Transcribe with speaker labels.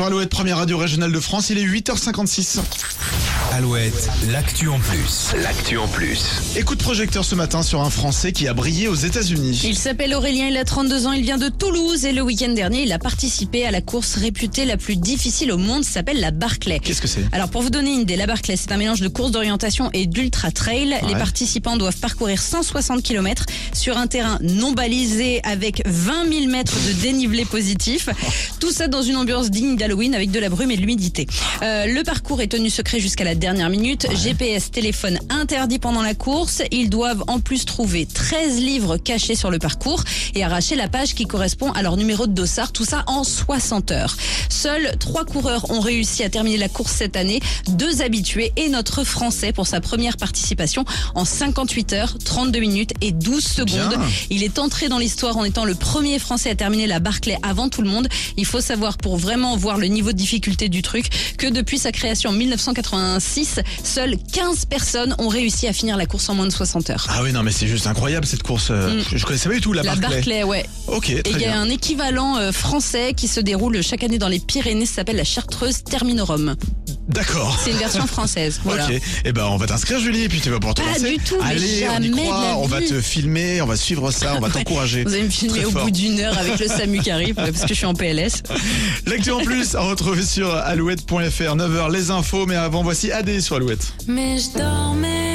Speaker 1: Alouette, première radio régionale de France, il est 8h56.
Speaker 2: Alouette, l'actu en plus.
Speaker 3: L'actu en plus.
Speaker 1: Écoute projecteur ce matin sur un Français qui a brillé aux États-Unis.
Speaker 4: Il s'appelle Aurélien, il a 32 ans, il vient de Toulouse et le week-end dernier, il a participé à la course réputée la plus difficile au monde, ça s'appelle la Barclay.
Speaker 1: Qu'est-ce que c'est
Speaker 4: Alors pour vous donner une idée, la Barclay, c'est un mélange de course d'orientation et d'ultra trail. Les participants doivent parcourir 160 km sur un terrain non balisé avec 20 000 mètres de dénivelé positif. Tout ça dans une ambiance digne d'Halloween avec de la brume et de l'humidité. Euh, le parcours est tenu secret jusqu'à la dernière minute. GPS, téléphone interdit pendant la course. Ils doivent en plus trouver 13 livres cachés sur le parcours et arracher la page qui correspond à leur numéro de dossard. Tout ça en 60 heures. Seuls trois coureurs ont réussi à terminer la course cette année. Deux habitués et notre Français pour sa première participation en 58 heures, 32 minutes et 12 secondes.
Speaker 1: Bien.
Speaker 4: Il est entré dans l'histoire en étant le premier Français à terminer la Barclay avant tout le monde. Il faut savoir, pour vraiment voir le niveau de difficulté du truc, que depuis sa création en 1986, seules 15 personnes ont réussi à finir la course en moins de 60 heures.
Speaker 1: Ah oui, non, mais c'est juste incroyable cette course. euh,
Speaker 4: Mm.
Speaker 1: Je, je connaissais pas du tout la,
Speaker 4: La
Speaker 1: Barclay.
Speaker 4: Barclay, ouais.
Speaker 1: Ok,
Speaker 4: Et
Speaker 1: très
Speaker 4: il y a
Speaker 1: bien.
Speaker 4: un équivalent euh, français qui se déroule chaque année dans les Pyrénées, ça s'appelle la Chartreuse Terminorum.
Speaker 1: D'accord.
Speaker 4: C'est une version française. Voilà.
Speaker 1: Ok, eh ben on va t'inscrire Julie et puis tu vas pouvoir te
Speaker 4: Pas
Speaker 1: lancer.
Speaker 4: du tout, mais
Speaker 1: Allez, on y
Speaker 4: jamais de
Speaker 1: croit,
Speaker 4: la
Speaker 1: on va
Speaker 4: vie.
Speaker 1: te filmer, on va suivre ça, on va t'encourager.
Speaker 4: Vous allez me filmer
Speaker 1: Très
Speaker 4: au
Speaker 1: fort.
Speaker 4: bout d'une heure avec le Samu qui arrive, parce que je suis en PLS.
Speaker 1: L'actu en plus à retrouver sur alouette.fr, 9h les infos, mais avant voici AD sur Alouette.
Speaker 5: Mais je dormais